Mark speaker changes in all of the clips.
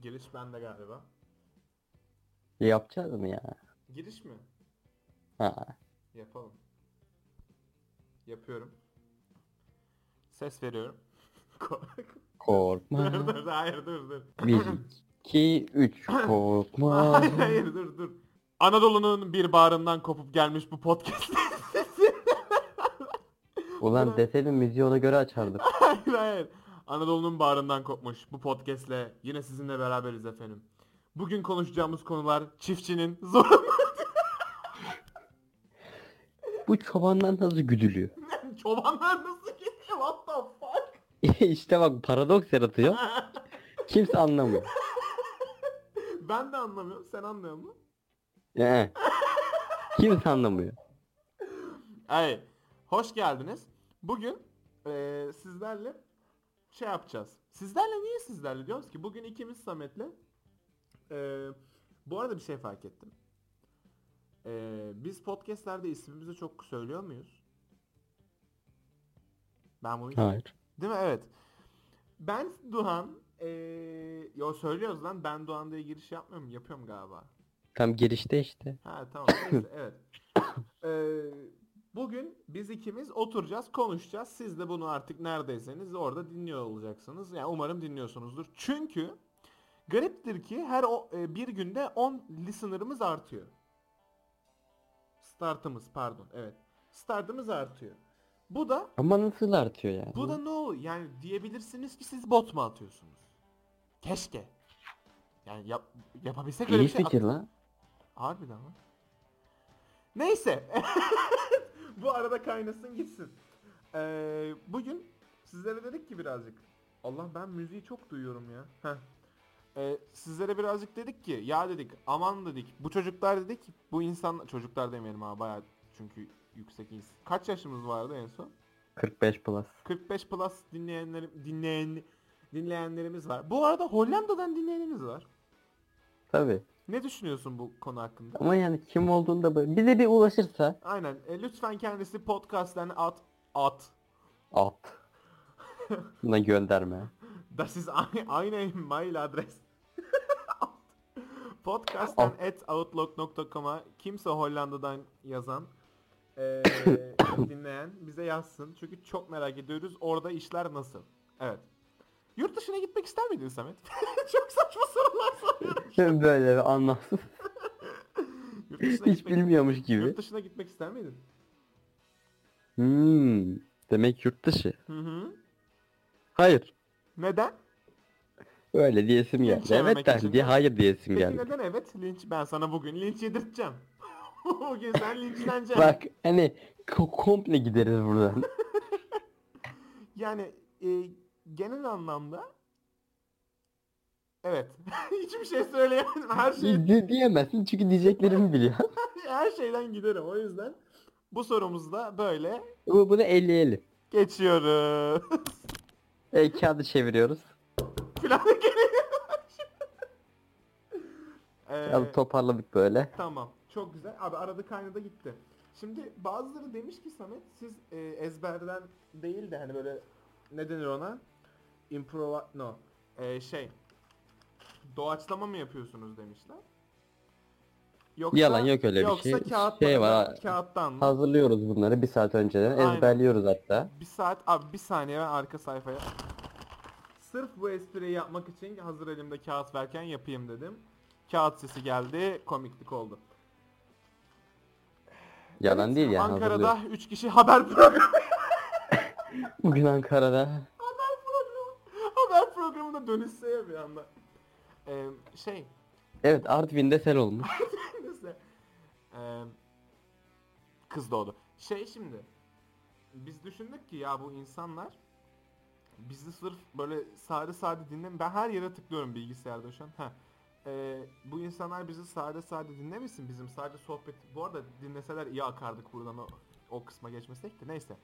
Speaker 1: Giriş bende galiba.
Speaker 2: Yapacağız mı ya?
Speaker 1: Giriş mi?
Speaker 2: Ha.
Speaker 1: Yapalım. Yapıyorum. Ses veriyorum. Kork- dur
Speaker 2: Korkma.
Speaker 1: dur hayır dur dur.
Speaker 2: 1, 2, 3. Korkma.
Speaker 1: hayır hayır dur dur. Anadolu'nun bir bağrından kopup gelmiş bu podcast.
Speaker 2: Ulan deseydin müziği ona göre açardık.
Speaker 1: hayır hayır. Anadolu'nun bağrından kopmuş bu podcastle yine sizinle beraberiz efendim. Bugün konuşacağımız konular çiftçinin zorunlu
Speaker 2: Bu çobanlar nasıl güdülüyor?
Speaker 1: çobanlar nasıl geliyor what the fuck?
Speaker 2: işte bak paradoks yaratıyor. Kimse anlamıyor.
Speaker 1: ben de anlamıyorum sen anlıyor musun?
Speaker 2: Ee. Kimse anlamıyor.
Speaker 1: Ay, hoş geldiniz. Bugün eee, sizlerle şey yapacağız. Sizlerle niye sizlerle diyoruz ki? Bugün ikimiz Samet'le. eee, bu arada bir şey fark ettim. Eee, biz podcastlerde ismimizi çok söylüyor muyuz? Ben bunu hiç-
Speaker 2: Hayır.
Speaker 1: Değil mi? Evet. Ben Duhan. eee yo söylüyoruz lan. Ben Duhan diye giriş yapmıyor muyum? Yapıyorum galiba.
Speaker 2: Tam girişte işte.
Speaker 1: Ha tamam neyse evet. Ee, bugün biz ikimiz oturacağız konuşacağız. Siz de bunu artık neredeyseniz orada dinliyor olacaksınız. Yani umarım dinliyorsunuzdur. Çünkü gariptir ki her o, e, bir günde 10 listener'ımız artıyor. Startımız pardon evet. Startımız artıyor. Bu da
Speaker 2: Ama nasıl artıyor yani?
Speaker 1: bu da ne oluyor? Yani diyebilirsiniz ki siz bot mu atıyorsunuz? Keşke. Yani yap, yapabilsek öyle
Speaker 2: İyi
Speaker 1: bir şey
Speaker 2: fikir lan.
Speaker 1: Harbiden lan. Neyse. Bu arada kaynasın gitsin. Ee, bugün sizlere dedik ki birazcık. Allah ben müziği çok duyuyorum ya. Heh. Ee, sizlere birazcık dedik ki ya dedik aman dedik bu çocuklar dedik bu insan çocuklar demeyelim ha bayağı çünkü yüksek ins- Kaç yaşımız vardı en son?
Speaker 2: 45 plus.
Speaker 1: 45 plus dinleyenlerim dinleyen dinleyenlerimiz var. Bu arada Hollanda'dan dinleyenimiz var.
Speaker 2: Tabi.
Speaker 1: Ne düşünüyorsun bu konu hakkında?
Speaker 2: Ama yani kim olduğunu da böyle- bize bir ulaşırsa
Speaker 1: Aynen. E, lütfen kendisi podcast'ten at at.
Speaker 2: at. Buna gönderme.
Speaker 1: Das ist ein- eine mail adres. podcast'ten at outlook.com'a kimse Hollanda'dan yazan e, dinleyen bize yazsın. Çünkü çok merak ediyoruz orada işler nasıl. Evet. Yurt dışına gitmek ister miydin Samet? çok saçma sorular soruyorum.
Speaker 2: böyle bir anlamsız.
Speaker 1: Yurt dışına,
Speaker 2: Hiç
Speaker 1: gitmek,
Speaker 2: bilmiyormuş gibi.
Speaker 1: yurt dışına gitmek ister miydin?
Speaker 2: Hmm. Demek yurt dışı.
Speaker 1: Hı hı.
Speaker 2: Hayır.
Speaker 1: Neden?
Speaker 2: Öyle diyesim
Speaker 1: Hiç
Speaker 2: geldi.
Speaker 1: yememek
Speaker 2: Evet dersin
Speaker 1: için
Speaker 2: diye
Speaker 1: de.
Speaker 2: hayır diyesim
Speaker 1: Peki
Speaker 2: geldi.
Speaker 1: neden evet linç? Ben sana bugün linç yedirteceğim. bugün sen linçleneceksin.
Speaker 2: Bak hani ko- komple gideriz buradan.
Speaker 1: Yani e, genel anlamda evet. Hiçbir şey söyleyemedim. Her şey
Speaker 2: Di- diyemezsin çünkü diyeceklerimi biliyor.
Speaker 1: her şeyden giderim. O yüzden bu sorumuzda böyle
Speaker 2: Bu- Bunu elleyelim.
Speaker 1: geçiyoruz.
Speaker 2: E, kağıdı çeviriyoruz.
Speaker 1: Plana geliyor.
Speaker 2: Biraz
Speaker 1: Ee,
Speaker 2: toparladık böyle.
Speaker 1: Tamam. Çok güzel. Abi aradı kaynadı gitti. Şimdi bazıları demiş ki Samet siz e, ezberden değil de hani böyle ne denir ona? Improva... No. E, şey. Doğaçlama mı yapıyorsunuz demişler. Yoksa,
Speaker 2: Yalan, yok öyle bir
Speaker 1: yoksa
Speaker 2: şey.
Speaker 1: Kağıt
Speaker 2: Şey var,
Speaker 1: Kağıttan mı?
Speaker 2: Hazırlıyoruz bunları bir saat önceden.
Speaker 1: Aynen.
Speaker 2: Ezberliyoruz hatta.
Speaker 1: Bir saat abi bir saniye ben arka sayfaya. Sırf bu espriyi yapmak için hazır elimde kağıt verken yapayım dedim. Kağıt sesi geldi, komiklik oldu.
Speaker 2: Yalan
Speaker 1: Evet,
Speaker 2: değil yani hazırlıyoruz.
Speaker 1: Ankara'da 3 kişi haber programı.
Speaker 2: Bugün Ankara'da.
Speaker 1: haber programı. Haber programına dönüşse ya bir anda. Ee, şey.
Speaker 2: Evet Artvin'de sel olmuş.
Speaker 1: neyse. Ee, kız doğdu. Şey şimdi. Biz düşündük ki ya bu insanlar bizi sırf böyle sade sade dinlem. Ben her yere tıklıyorum bilgisayarda şu an. Heh. Ee, bu insanlar bizi sade sade dinlemesin bizim sadece sohbet. Bu arada dinleseler iyi akardık buradan o, o kısma geçmesek de neyse.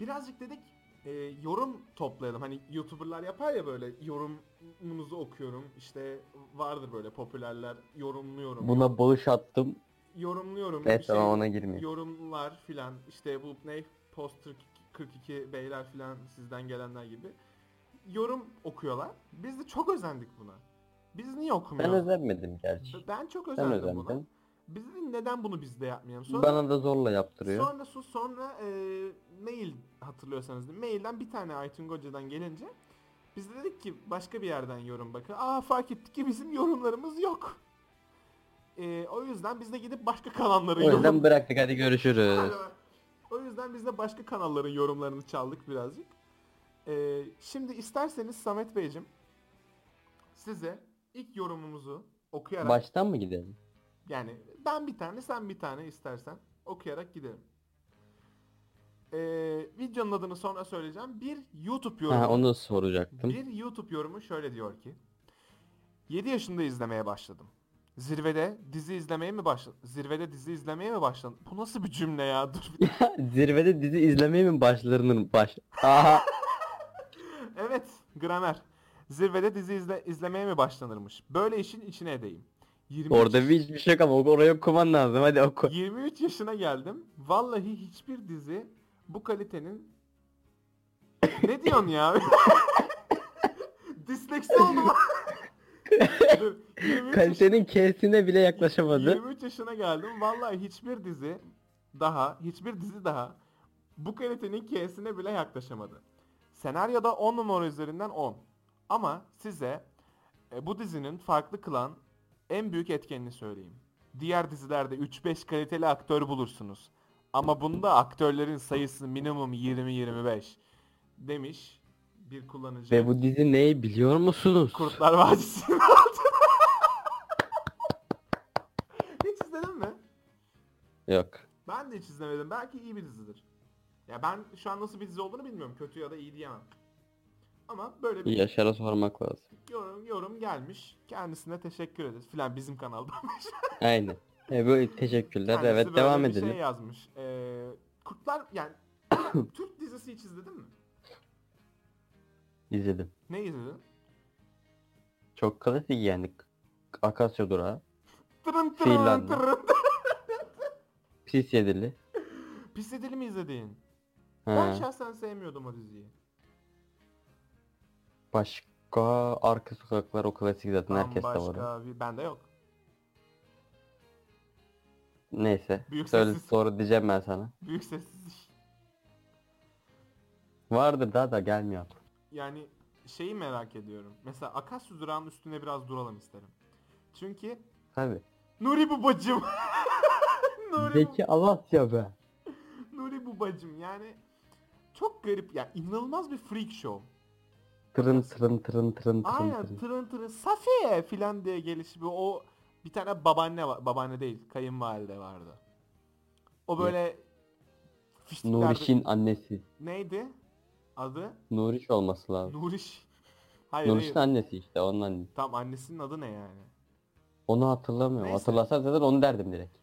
Speaker 1: Birazcık dedik e, yorum toplayalım. Hani YouTuber'lar yapar ya böyle yorumunuzu okuyorum. İşte vardır böyle popülerler yorumluyorum.
Speaker 2: Buna bağış attım.
Speaker 1: yorumluyorum. bir
Speaker 2: Evet
Speaker 1: şey-
Speaker 2: ama ona girmeyeyim.
Speaker 1: yorumlar filan işte bu ne poster 42 beyler filan sizden gelenler gibi yorum okuyorlar. Biz de çok özendik buna. Biz niye
Speaker 2: Ben
Speaker 1: okumuyoruz?
Speaker 2: özenmedim gerçi.
Speaker 1: Ben çok
Speaker 2: Ben
Speaker 1: özendim buna.
Speaker 2: özendim.
Speaker 1: Biz dedik, neden bunu biz de yapmayalım? Sonra
Speaker 2: Bana da zorla yaptırıyor.
Speaker 1: Sonra su sonra e, mail hatırlıyorsanız mailden bir tane Aytun Goca'dan gelince biz de dedik ki başka bir yerden yorum bakın. Aa fark ettik ki bizim yorumlarımız yok. E, o yüzden biz de gidip başka kanalların
Speaker 2: O yüzden
Speaker 1: yorum...
Speaker 2: bıraktık hadi görüşürüz.
Speaker 1: o yüzden biz de başka kanalların yorumlarını çaldık birazcık. E, şimdi isterseniz Samet Beyciğim size ilk yorumumuzu okuyarak
Speaker 2: Baştan mı gidelim?
Speaker 1: yani ben bir tane sen bir tane istersen okuyarak gidelim. Ee, videonun adını sonra söyleyeceğim. Bir YouTube yorumu.
Speaker 2: Ha onu soracaktım.
Speaker 1: Bir YouTube yorumu şöyle diyor ki. 7 yaşında izlemeye başladım. Zirvede dizi izlemeye mi başladın? Zirvede dizi izlemeye mi başladın? Bu nasıl bir cümle ya? Dur bir-
Speaker 2: Zirvede dizi izlemeye mi başlarının baş? Aha.
Speaker 1: evet, gramer. Zirvede dizi izle- izlemeye mi başlanırmış? Böyle işin içine edeyim. 23
Speaker 2: Orada bir hiçbir şey yok ama oraya okuman lazım. Hadi oku.
Speaker 1: 23 yaşına geldim. Vallahi hiçbir dizi bu kalitenin Ne diyorsun ya? Disleksi oldum. Dur, 23 yaş-
Speaker 2: Kalitenin kesine bile yaklaşamadı.
Speaker 1: 23 yaşına geldim. Vallahi hiçbir dizi daha, hiçbir dizi daha bu kalitenin K'sine bile yaklaşamadı. Senaryoda 10 numara üzerinden 10. Ama size e, bu dizinin farklı kılan en büyük etkenini söyleyeyim. Diğer dizilerde 3-5 kaliteli aktör bulursunuz. Ama bunda aktörlerin sayısı minimum 20-25 demiş bir kullanıcı.
Speaker 2: Ve bu dizi neyi biliyor musunuz?
Speaker 1: Kurtlar Vadisi'nin altına. hiç izledin mi?
Speaker 2: Yok.
Speaker 1: Ben de hiç izlemedim. Belki iyi bir dizidir. Ya ben şu an nasıl bir dizi olduğunu bilmiyorum. Kötü ya da iyi diyemem. Ama böyle bir
Speaker 2: Yaşar'a sormak lazım.
Speaker 1: yorum, yorum gelmiş. Kendisine teşekkür ederiz. Filan bizim kanalda.
Speaker 2: Aynen. E, böyle teşekkürler.
Speaker 1: Kendisi
Speaker 2: evet
Speaker 1: böyle
Speaker 2: devam
Speaker 1: bir
Speaker 2: edelim.
Speaker 1: şey yazmış. Ee, Kurtlar yani Türk dizisi hiç izledin mi?
Speaker 2: İzledim.
Speaker 1: Ne izledin?
Speaker 2: Çok klasik yani. Akasya durağı.
Speaker 1: Tırın tırın
Speaker 2: Finlandiya.
Speaker 1: tırın.
Speaker 2: Pis yedili.
Speaker 1: Pis Edil'i mi izledin? Ben
Speaker 2: Ha.
Speaker 1: şahsen sevmiyordum o diziyi.
Speaker 2: Başka arka sokaklar o klasik zaten herkes de var. o.
Speaker 1: Bambaşka bir... Bende yok.
Speaker 2: Neyse.
Speaker 1: Büyük
Speaker 2: Söyle,
Speaker 1: sessiz.
Speaker 2: sonra diyeceğim ben sana.
Speaker 1: Büyük sessizlik.
Speaker 2: Vardır daha da gelmiyor.
Speaker 1: yani şeyi merak ediyorum. Mesela Akasya durağının üstüne biraz duralım isterim. Çünkü
Speaker 2: Tabii.
Speaker 1: Nuri babacım. Nuri,
Speaker 2: Zeki Alasya be.
Speaker 1: Nuri babacım yani çok garip ya inanılmaz bir freak show.
Speaker 2: Tırın tırın tırın tırın tırın
Speaker 1: Aynen
Speaker 2: tırın.
Speaker 1: tırın tırın Safiye filan diye gelişi bir o bir tane babaanne var. Babaanne değil kayınvalide vardı. O
Speaker 2: Ne?
Speaker 1: böyle fiştiklerde-
Speaker 2: Nuriş'in annesi.
Speaker 1: neydi adı?
Speaker 2: Nuriş olması lazım.
Speaker 1: Nuriş. Hayır
Speaker 2: Nuriş'in
Speaker 1: hayır.
Speaker 2: annesi işte onun annesi.
Speaker 1: Tam annesinin adı ne yani?
Speaker 2: Onu hatırlamıyorum.
Speaker 1: Neyse.
Speaker 2: Hatırlasam zaten onu derdim direkt.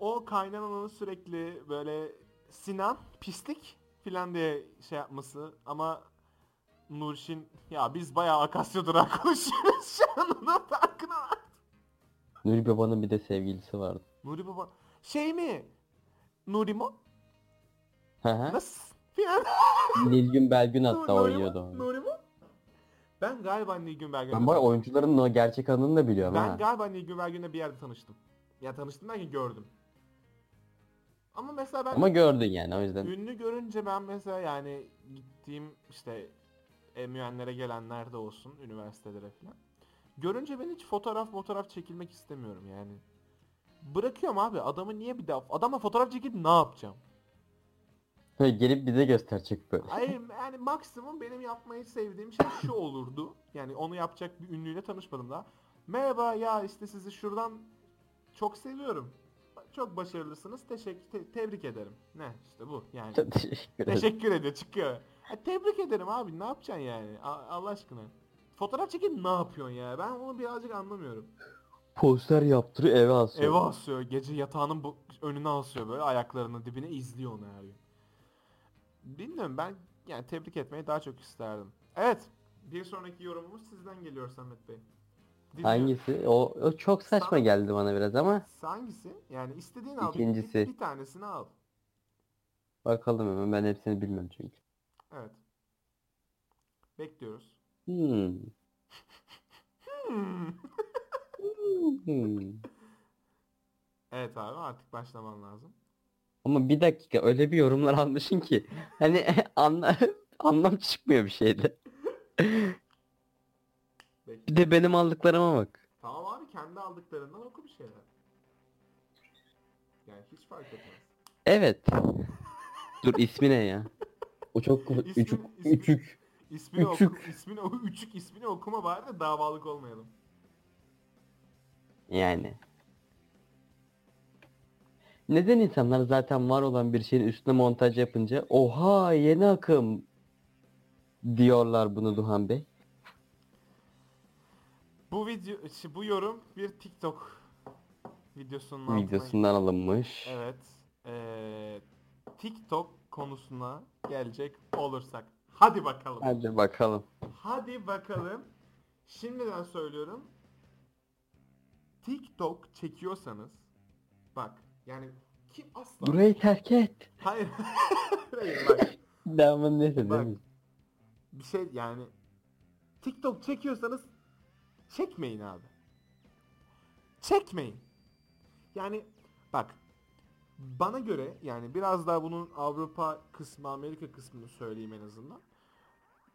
Speaker 1: o kaynananın sürekli böyle Sinan pislik filan diye şey yapması ama Nurşin ya biz bayağı akasya durağı konuşuyoruz şu an onun farkına var.
Speaker 2: Nuri Baba'nın bir de sevgilisi vardı.
Speaker 1: Nuri baba şey mi? Nuri mu?
Speaker 2: Hı hı.
Speaker 1: Nasıl? Filan.
Speaker 2: Nilgün Belgün hatta
Speaker 1: Nuri mu?
Speaker 2: oynuyordu onu.
Speaker 1: Nuri mu? Ben galiba Nilgün Belgün'le
Speaker 2: Ben bu arada oyuncuların o gerçek adını da biliyorum
Speaker 1: Ben
Speaker 2: ha.
Speaker 1: galiba Nilgün Belgün'le bir yerde tanıştım. Ya tanıştım derken gördüm. Ama mesela ben
Speaker 2: Ama gördün yani o yüzden.
Speaker 1: Ünlü görünce ben mesela yani gittiğim işte emüenlere gelenler de olsun üniversitelere falan. Görünce ben hiç fotoğraf fotoğraf çekilmek istemiyorum yani. Bırakıyorum abi adamı niye bir daha adama fotoğraf çekip ne yapacağım?
Speaker 2: Böyle gelip bize gösterecek böyle.
Speaker 1: Hayır yani maksimum benim yapmayı sevdiğim şey şu olurdu. Yani onu yapacak bir ünlüyle tanışmadım daha. Merhaba ya işte sizi şuradan çok seviyorum. Çok başarılısınız. Teşekkür te- tebrik ederim. Ne işte bu yani.
Speaker 2: Çok teşekkür ederim.
Speaker 1: Teşekkür ediyor çıkıyor. Ha, tebrik ederim abi ne yapacaksın yani A- Allah aşkına. Fotoğraf çekin ne yapıyorsun ya ben onu birazcık anlamıyorum.
Speaker 2: Poster yaptırıyor eve asıyor.
Speaker 1: Eve asıyor gece yatağının bu- önüne asıyor böyle ayaklarının dibine izliyor onu her gün. Bilmiyorum ben yani tebrik etmeyi daha çok isterdim. Evet bir sonraki yorumumuz sizden geliyor Samet Bey. Dinliyorum.
Speaker 2: Hangisi? O, o çok saçma
Speaker 1: Sana-
Speaker 2: geldi bana biraz ama
Speaker 1: Hangisi? Yani istediğin al. bir-
Speaker 2: İkincisi.
Speaker 1: Bir, bir tanesini al.
Speaker 2: bakalım hemen ben hepsini bilmiyorum çünkü.
Speaker 1: Evet. Bekliyoruz.
Speaker 2: Hmm.
Speaker 1: Hmm.
Speaker 2: Hmm.
Speaker 1: Evet abi artık başlaman lazım.
Speaker 2: Ama bir dakika öyle bir yorumlar almışsın ki hani anla anlam çıkmıyor bir şeyde.
Speaker 1: Bekle.
Speaker 2: Bir de benim aldıklarıma bak.
Speaker 1: Tamam abi kendi aldıklarından oku bir şeyler. Yani hiç fark etmez.
Speaker 2: Evet. Dur ismi ne ya? O çok
Speaker 1: İsmi-
Speaker 2: üçük
Speaker 1: ismi-
Speaker 2: üçük.
Speaker 1: İsmini oku,
Speaker 2: Üçük.
Speaker 1: ismini oku, üçük ismini okuma bari de davalık olmayalım.
Speaker 2: Yani. Neden insanlar zaten var olan bir şeyin üstüne montaj yapınca oha yeni akım diyorlar bunu Duhan Bey?
Speaker 1: Bu video, şi- bu yorum bir TikTok videosunun altına.
Speaker 2: Videosundan alınmış.
Speaker 1: Evet. Ee, TikTok konusuna gelecek olursak. Hadi bakalım.
Speaker 2: Hadi bakalım.
Speaker 1: Hadi bakalım. Şimdiden söylüyorum. TikTok çekiyorsanız bak yani kim asla
Speaker 2: Burayı terk et.
Speaker 1: hayır hayır bak
Speaker 2: Devamın neyse değil
Speaker 1: Bak.
Speaker 2: mi?
Speaker 1: bir şey yani TikTok çekiyorsanız çekmeyin abi. Çekmeyin. Yani bak bana göre yani biraz daha bunun Avrupa kısmı Amerika kısmını söyleyeyim en azından.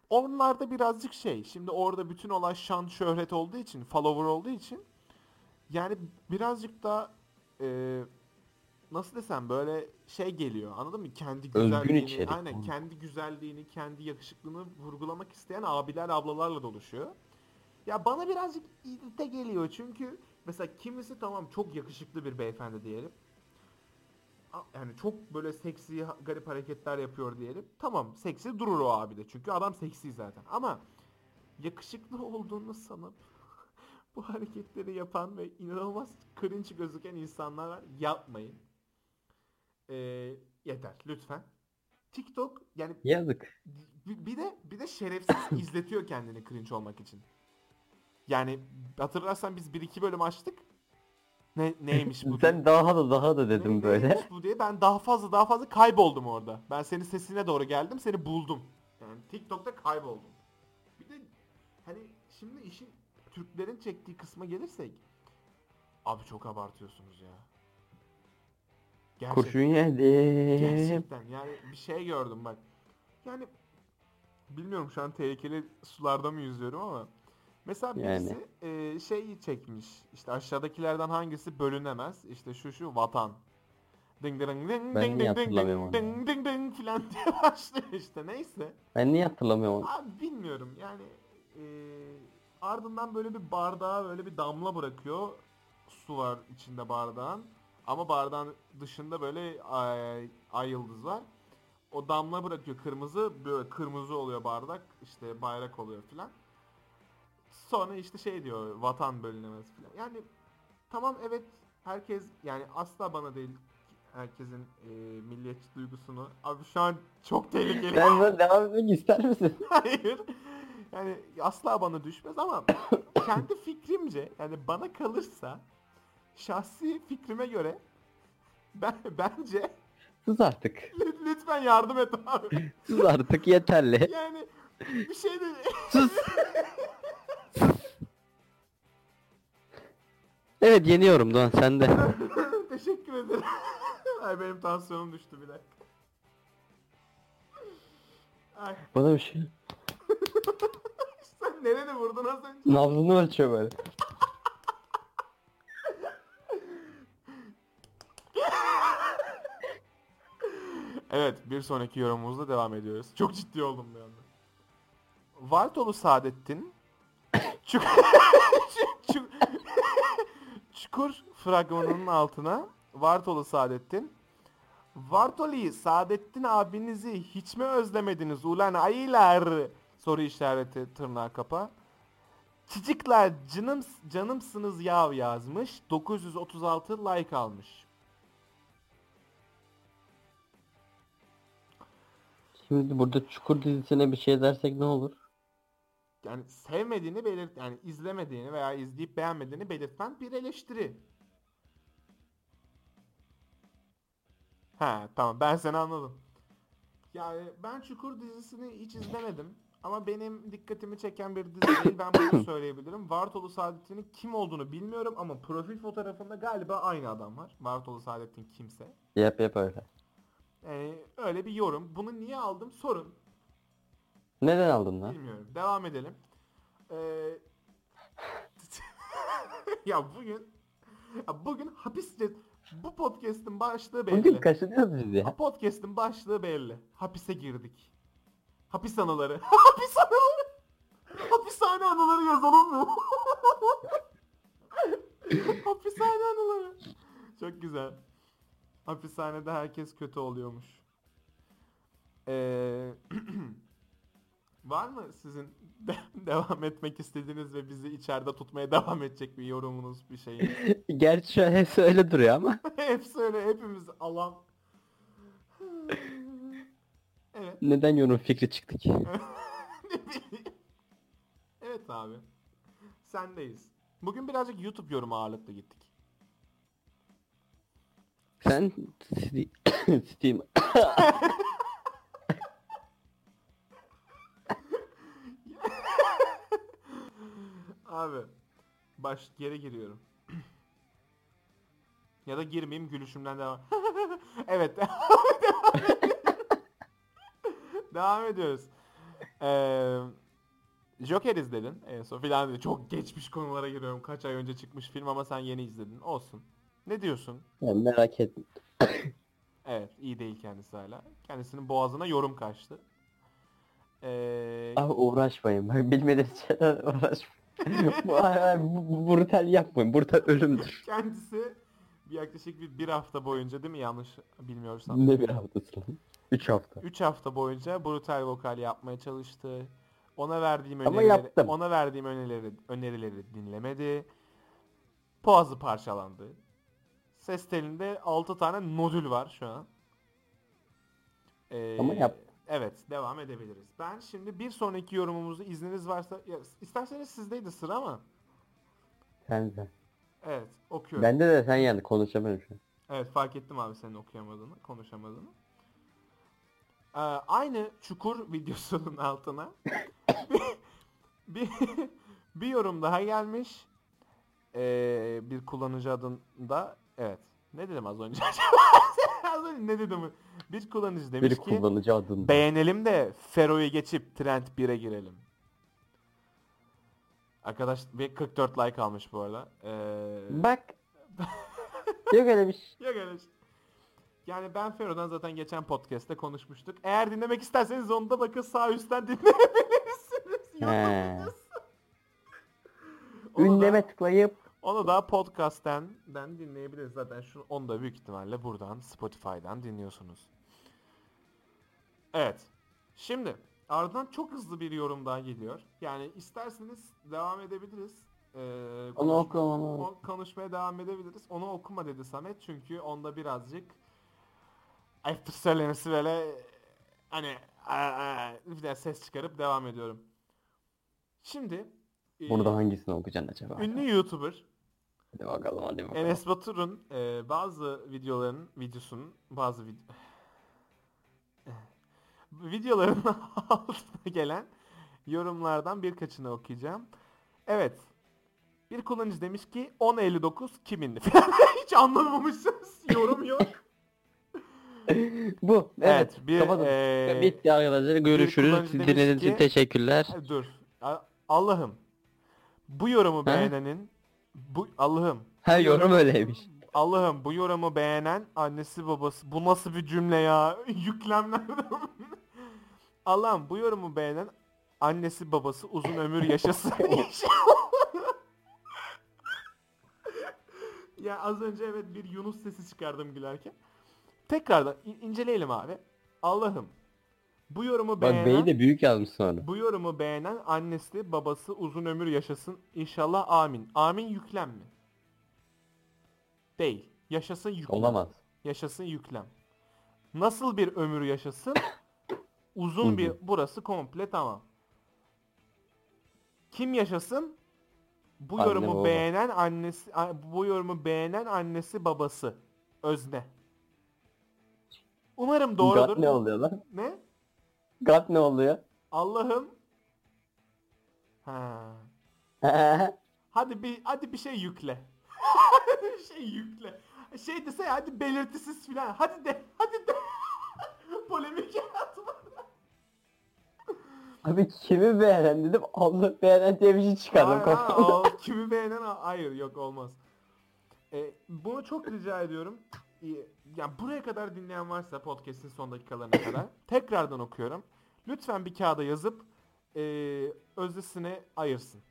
Speaker 1: Onlarda birazcık şey şimdi orada bütün olay şan şöhret olduğu için follower olduğu için yani birazcık daha e, nasıl desem böyle şey geliyor anladın mı? Kendi
Speaker 2: Özgün
Speaker 1: güzelliğini
Speaker 2: içerik.
Speaker 1: aynen kendi güzelliğini kendi yakışıklığını vurgulamak isteyen abiler ablalarla doluşuyor. Ya bana birazcık irite geliyor çünkü mesela kimisi tamam çok yakışıklı bir beyefendi diyelim. A- Yani çok böyle seksi ha- garip hareketler yapıyor diyelim. Tamam seksi durur o abi de çünkü adam seksi zaten ama yakışıklı olduğunu sanıp bu hareketleri yapan ve inanılmaz cringe gözüken insanlar var. Yapmayın. Ee, yeter lütfen. TikTok yani
Speaker 2: Yazık.
Speaker 1: bir bir de bir de şerefsiz izletiyor kendini cringe olmak için. Yani hatırlarsan biz bir iki bölüm açtık. Ne neymiş bu? diye.
Speaker 2: Sen daha da daha da
Speaker 1: Ne-
Speaker 2: dedim
Speaker 1: neymiş
Speaker 2: böyle.
Speaker 1: bu diye ben daha fazla daha fazla kayboldum orada. Ben senin sesine doğru geldim, seni buldum. Yani TikTok'ta kayboldum. Bir de hani şimdi işin Türklerin çektiği kısma gelirsek abi çok abartıyorsunuz ya. Gerçekten.
Speaker 2: Kurşun yedim.
Speaker 1: Gerçekten yani bir şey gördüm bak. Yani bilmiyorum şu an tehlikeli sularda mı yüzüyorum ama mesela birisi e, şeyi çekmiş. İşte aşağıdakilerden hangisi bölünemez? İşte şu şu vatan. Ding ding ding
Speaker 2: Ben
Speaker 1: ding
Speaker 2: niye
Speaker 1: ding ding
Speaker 2: hatırlamıyorum onu
Speaker 1: ding
Speaker 2: ya?
Speaker 1: ding ding ding filan diye başlıyor işte neyse.
Speaker 2: Ben niye hatırlamıyorum onu?
Speaker 1: Abi bilmiyorum yani e, ardından böyle bir bardağa böyle bir damla bırakıyor. Su var içinde bardağın. Ama bardağın dışında böyle ay, ay yıldız var. O damla bırakıyor kırmızı böyle kırmızı oluyor bardak işte bayrak oluyor filan. Sonra işte şey diyor vatan bölünemez filan. Yani tamam evet herkes yani asla bana değil herkesin e, milliyetçi duygusunu. Abi şu an çok tehlikeli.
Speaker 2: Sen böyle devam etmek ister misin?
Speaker 1: Hayır. Yani asla bana düşmez ama kendi fikrimce yani bana kalırsa şahsi fikrime göre ben bence
Speaker 2: Sus artık.
Speaker 1: lü- lütfen yardım et abi.
Speaker 2: Sus artık yeterli.
Speaker 1: Yani bir şey de
Speaker 2: Sus. evet yeniyorum Doğan sen de.
Speaker 1: teşekkür ederim. Ay benim tansiyonum düştü bir dakika. Ay
Speaker 2: Bana bir şey.
Speaker 1: sen nereye vurdun az önce?
Speaker 2: Nabzını ölçüyor böyle.
Speaker 1: Evet bir sonraki yorumumuzla devam ediyoruz. Çok ciddi oldum bir anda. Vartolu Saadettin çuk çuk- çukur fragmanının altına Vartolu Saadettin Vartoli Saadettin abinizi hiç mi özlemediniz ulan ayılar soru işareti tırnağı kapa. Çicikler canım, canımsınız yav yazmış. 936 like almış.
Speaker 2: Şimdi burada Çukur dizisine bir şey dersek ne olur?
Speaker 1: yani sevmediğini belirt yani izlemediğini veya izleyip beğenmediğini belirten bir eleştiri. Ha tamam ben seni anladım. Yani ben Çukur dizisini hiç izlemedim Ama benim dikkatimi çeken bir dizi değil. Ben bunu söyleyebilirim. Vartolu Saadettin'in kim olduğunu bilmiyorum ama profil fotoğrafında galiba aynı adam var. Vartolu Saadettin kimse.
Speaker 2: Yap yap öyle.
Speaker 1: Yani öyle bir yorum. Bunu niye aldım sorun.
Speaker 2: Neden aldın lan?
Speaker 1: Bilmiyorum. Devam edelim. Ee, ya bugün ya bugün hapis ce- bu podcast'in başlığı belli.
Speaker 2: Bugün kaçınıyoruz biz
Speaker 1: Ha,
Speaker 2: ya.
Speaker 1: Podcast'in başlığı belli. Hapise girdik. Hapis anıları. Hapis anıları. Hapishane anıları yazalım mı? Hapishane anıları. Çok güzel. Hapishanede herkes kötü oluyormuş. Ee, var mı sizin de- devam etmek istediğiniz ve bizi içeride tutmaya devam edecek bir yorumunuz, bir şeyiniz?
Speaker 2: Gerçi şu an hepsi öyle duruyor ama.
Speaker 1: Hepsi öyle hepimiz alan. evet.
Speaker 2: Neden yorum fikri çıktı ki?
Speaker 1: evet abi. Sendeyiz. Bugün birazcık YouTube yorumu ağırlıklı gittik.
Speaker 2: Sen Steam... Steam...
Speaker 1: Abi baş geri giriyorum. ya da girmeyeyim gülüşümden devam. evet. devam ediyoruz. Ee, Joker izledin. En son filan dedi. Çok geçmiş konulara giriyorum. Kaç ay önce çıkmış film ama sen yeni izledin. Olsun. Ne diyorsun?
Speaker 2: Ya merak etme.
Speaker 1: Evet iyi değil kendisi hala. Kendisinin boğazına yorum kaçtı. Ee,
Speaker 2: Abi uğraşmayın. Ben bilmediğim şeyler uğraşmayın. bu, ay- ay, bu, bu brutal yapmayın. Brutal ölümdür.
Speaker 1: kendisi bir yaklaşık bir, bir hafta boyunca değil mi yanlış bilmiyorsam.
Speaker 2: ne bir haftası lan? Üç hafta.
Speaker 1: 3 hafta boyunca brutal vokal yapmaya çalıştı. Ona verdiğim
Speaker 2: Ama
Speaker 1: önerileri,
Speaker 2: yaptım.
Speaker 1: ona verdiğim önerileri, önerileri dinlemedi. Boğazı parçalandı. Ses telinde 6 tane nodül var şu an. Ee,
Speaker 2: Ama yap-
Speaker 1: Evet, devam edebiliriz. Ben şimdi bir sonraki yorumumuzu izniniz varsa ya, isterseniz sizdeydi sıra ama.
Speaker 2: Sen de.
Speaker 1: Evet, okuyorum.
Speaker 2: Bende de sen yani konuşamıyorum şu an.
Speaker 1: Evet fark ettim abi senin okuyamadığını, konuşamadığını. Ee, aynı çukur videosunun altına bir, bir, bir yorum daha gelmiş. Ee, bir kullanıcı adında evet. Ne dedim az önce? az önce ne dedim? Bir kullanıcı demiş
Speaker 2: Biri
Speaker 1: ki
Speaker 2: kullanıcı adında.
Speaker 1: beğenelim de Fero'yu geçip Trend 1'e girelim. Arkadaş bir 44 like almış bu arada. Ee,
Speaker 2: Bak. Yok öyle bir şey.
Speaker 1: Yok öyle şey. Yani ben Fero'dan zaten geçen podcast'te konuşmuştuk. Eğer dinlemek isterseniz onu da bakın sağ üstten dinleyebilirsiniz.
Speaker 2: He.
Speaker 1: Yolunuz. Onu da,
Speaker 2: Ünleme tıklayıp
Speaker 1: onu da podcast'ten den dinleyebiliriz. Zaten şu, onu da büyük ihtimalle buradan Spotify'dan dinliyorsunuz. Evet. Şimdi ardından çok hızlı bir yorum daha geliyor. Yani isterseniz devam edebiliriz. Ee,
Speaker 2: onu
Speaker 1: konuşma-
Speaker 2: oku onu.
Speaker 1: o konuşmaya devam edebiliriz. Onu okuma dedi Samet çünkü onda birazcık ayıptır söylemesi böyle hani "Aa, aa," bir de ses çıkarıp devam ediyorum. Şimdi e,
Speaker 2: Burada hangisini okuyacaksın acaba?
Speaker 1: ünlü YouTuber
Speaker 2: Hadi bakalım hadi bakalım.
Speaker 1: Enes Batur'un e, bazı videoların videosunun bazı vid videoların altına gelen yorumlardan birkaçını okuyacağım. Evet. Bir kullanıcı demiş ki 10.59 kimin? Hiç anlamamışsınız. Yorum yok.
Speaker 2: Bu evet.
Speaker 1: bir,
Speaker 2: kapatın.
Speaker 1: e,
Speaker 2: Bitti arkadaşlar. Görüşürüz.
Speaker 1: kullanıcı demiş
Speaker 2: Dinlediğiniz için
Speaker 1: ki-
Speaker 2: teşekkürler.
Speaker 1: Ha, Dur. A- Allah'ım. Bu yorumu beğenenin bu Allah'ım.
Speaker 2: Her
Speaker 1: bu
Speaker 2: yorum öyleymiş.
Speaker 1: Allah'ım bu yorumu beğenen annesi babası. Bu nasıl bir cümle ya? Yüklemler. Allah'ım bu yorumu beğenen annesi babası uzun ömür yaşasın. ya az önce evet bir Yunus sesi çıkardım gülerken. Tekrardan in- inceleyelim abi. Allah'ım bu yorumu
Speaker 2: Bak
Speaker 1: beğenen
Speaker 2: B'yi de büyük yazmış sonra.
Speaker 1: bu yorumu beğenen annesi babası uzun ömür yaşasın. İnşallah amin. Amin yüklem mi? Değil. Yaşasın yüklem.
Speaker 2: Olamaz.
Speaker 1: Yaşasın yüklem. Nasıl bir ömür yaşasın? Uzun
Speaker 2: Uzun.
Speaker 1: bir burası komple tamam. Kim yaşasın? Bu
Speaker 2: Anne,
Speaker 1: yorumu
Speaker 2: baba.
Speaker 1: beğenen annesi a- bu yorumu beğenen annesi babası özne. Umarım
Speaker 2: God
Speaker 1: doğrudur.
Speaker 2: ne oluyor lan?
Speaker 1: ne?
Speaker 2: God ne oluyor?
Speaker 1: Allah'ım Ha. Hadi bir hadi bir şey yükle. bir şey yükle. Şey dese ya, hadi belirtisiz filan. Hadi de hadi de. Polemik yaratma.
Speaker 2: Abi kimi beğenen dedim Allah beğenen diye bir şey çıkardım
Speaker 1: Hayır, ha,
Speaker 2: kafamda.
Speaker 1: o kimi beğenen a- hayır yok olmaz. E, bunu çok rica ediyorum. E, Yani buraya kadar dinleyen varsa podcast'in son dakikalarına kadar tekrardan okuyorum. Lütfen bir kağıda yazıp e, özdesine ayırsın.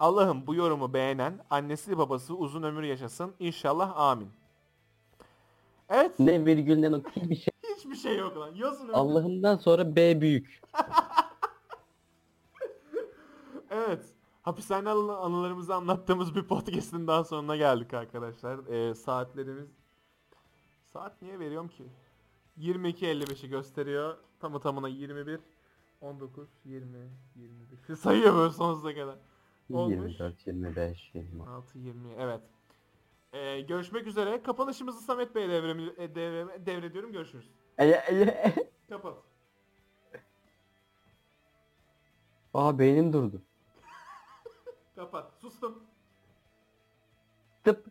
Speaker 1: Allah'ım bu yorumu beğenen annesi babası uzun ömür yaşasın. İnşallah amin. Evet
Speaker 2: Ne virgülden o bir şey.
Speaker 1: hiçbir şey yok lan. Yazın öyle.
Speaker 2: Allah'ımdan sonra B büyük.
Speaker 1: Evet. Hapishane anı- anılarımızı anlattığımız bir podcast'in daha sonuna geldik arkadaşlar. Ee, saatlerimiz... Saat niye veriyorum ki? 22.55'i gösteriyor. Tamı tamına 21, 19, 20, 21. Sayıyor böyle sonsuza kadar. Olmuş.
Speaker 2: 24, 25, 26.
Speaker 1: 6, 20, evet. Ee, görüşmek üzere. Kapanışımızı Samet Bey'e devre, e, devre, devrediyorum. Görüşürüz.
Speaker 2: Ele, ele.
Speaker 1: Kapat.
Speaker 2: Aa beynim durdu.
Speaker 1: Kapat. Sustum.
Speaker 2: Tıp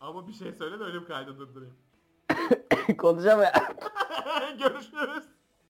Speaker 1: Ama bir şey söyle de ölüm kaydı durdurayım.
Speaker 2: konuşamıyorum.
Speaker 1: Görüşürüz.